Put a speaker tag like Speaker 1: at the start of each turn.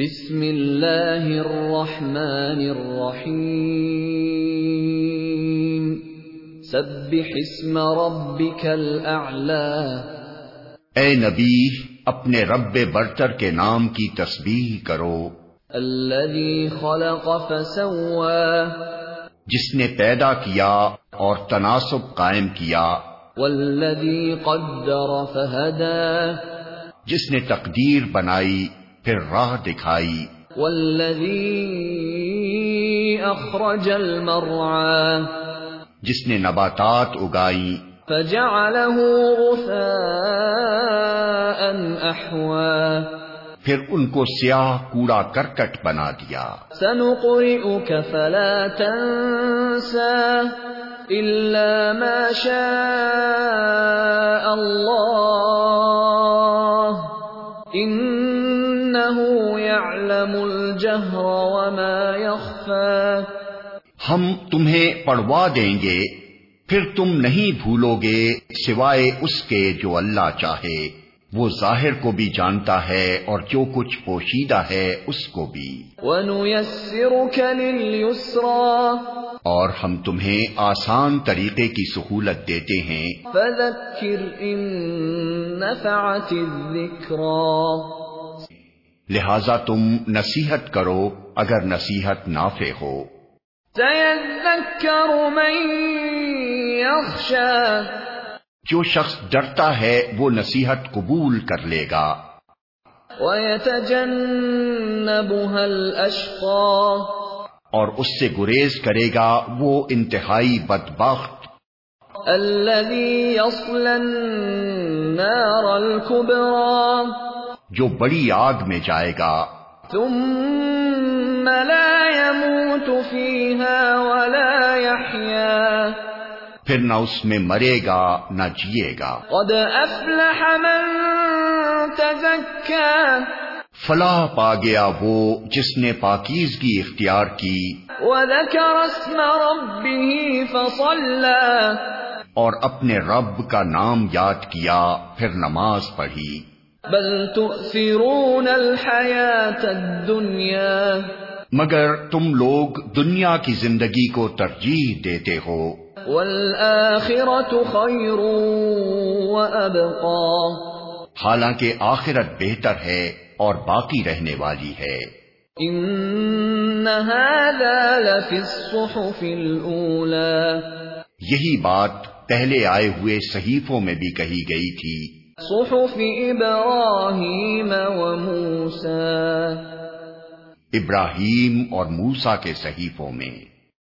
Speaker 1: بسم اللہ الرحمن الرحیم سبح اسم ربک الاعلی
Speaker 2: اے نبی اپنے رب برتر کے نام کی تسبیح کرو
Speaker 1: الذي خلق فسوى
Speaker 2: جس نے پیدا کیا اور تناسب قائم کیا
Speaker 1: والذي قدر فهدى
Speaker 2: جس نے تقدیر بنائی پھر راہ دکھائی
Speaker 1: والذي اخرج المرعى
Speaker 2: جس نے نباتات اگائی
Speaker 1: فجعله غثاء احوى
Speaker 2: پھر ان کو سیاہ کوڑا کرکٹ بنا دیا
Speaker 1: سنقرئك فلا تنسى إلا ما شاء الله إنه يعلم الجهر وما يخفى
Speaker 2: ہم تمہیں پڑوا دیں گے پھر تم نہیں بھولو گے سوائے اس کے جو اللہ چاہے وہ ظاہر کو بھی جانتا ہے اور جو کچھ پوشیدہ ہے اس کو بھی
Speaker 1: ونيسرك لليسرى
Speaker 2: اور ہم تمہیں آسان طریقے کی سہولت دیتے ہیں
Speaker 1: فذكر إن نفعت الذكرى
Speaker 2: لہذا تم نصیحت کرو اگر نصیحت نافع ہو
Speaker 1: سيذكر من يخشى
Speaker 2: جو شخص ڈرتا ہے وہ نصیحت قبول کر لے گا
Speaker 1: ويتجنبها الأشقى
Speaker 2: اور اس سے گریز کرے گا وہ انتہائی بدبخت
Speaker 1: الذي يصلى النار الكبرى
Speaker 2: جو بڑی آگ میں جائے گا
Speaker 1: ثم لا يموت فيها ولا يحيا
Speaker 2: پھر نہ اس میں مرے گا نہ جیے گا
Speaker 1: قد أفلح من تزكى
Speaker 2: فلاح پا گیا وہ جس نے پاکیزگی اختیار کی
Speaker 1: وذكر اسم ربه فصلى
Speaker 2: اور اپنے رب کا نام یاد کیا پھر نماز پڑھی
Speaker 1: بل تؤثرون الحياة الدنيا
Speaker 2: مگر تم لوگ دنیا کی زندگی کو ترجیح دیتے ہو
Speaker 1: والآخرة خير وأبقى
Speaker 2: حالانکہ آخرت بہتر ہے اور باقی رہنے والی ہے
Speaker 1: إن هذا لفي الصحف الأولى
Speaker 2: یہی بات پہلے آئے ہوئے صحیفوں میں بھی کہی گئی تھی
Speaker 1: صحف إبراهيم وموسى
Speaker 2: ابراہیم اور موسا کے صحیفوں میں